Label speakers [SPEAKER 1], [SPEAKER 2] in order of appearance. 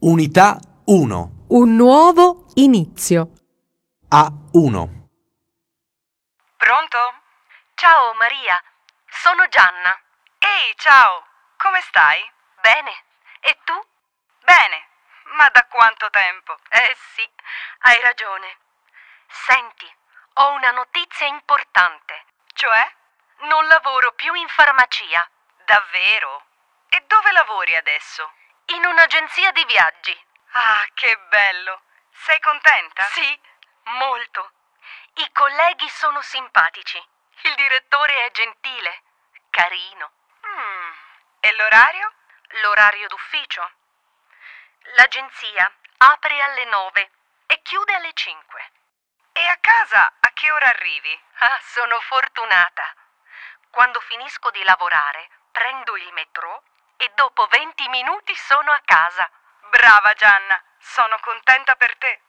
[SPEAKER 1] Unità 1.
[SPEAKER 2] Un nuovo inizio.
[SPEAKER 1] A1.
[SPEAKER 3] Pronto? Ciao Maria, sono Gianna. Ehi, ciao, come stai? Bene. E tu? Bene, ma da quanto tempo? Eh sì, hai ragione. Senti, ho una notizia importante. Cioè? Non lavoro più in farmacia. Davvero? E dove lavori adesso? In un'agenzia di viaggi. Ah, che bello. Sei contenta? Sì, molto. I colleghi sono simpatici. Il direttore è gentile, carino. E l'orario? L'orario d'ufficio. L'agenzia apre alle 9 e chiude alle 5. E a casa a che ora arrivi? Ah, sono fortunata. Quando finisco di lavorare, prendo il metro e dopo 20 minuti sono a casa. Brava Gianna, sono contenta per te.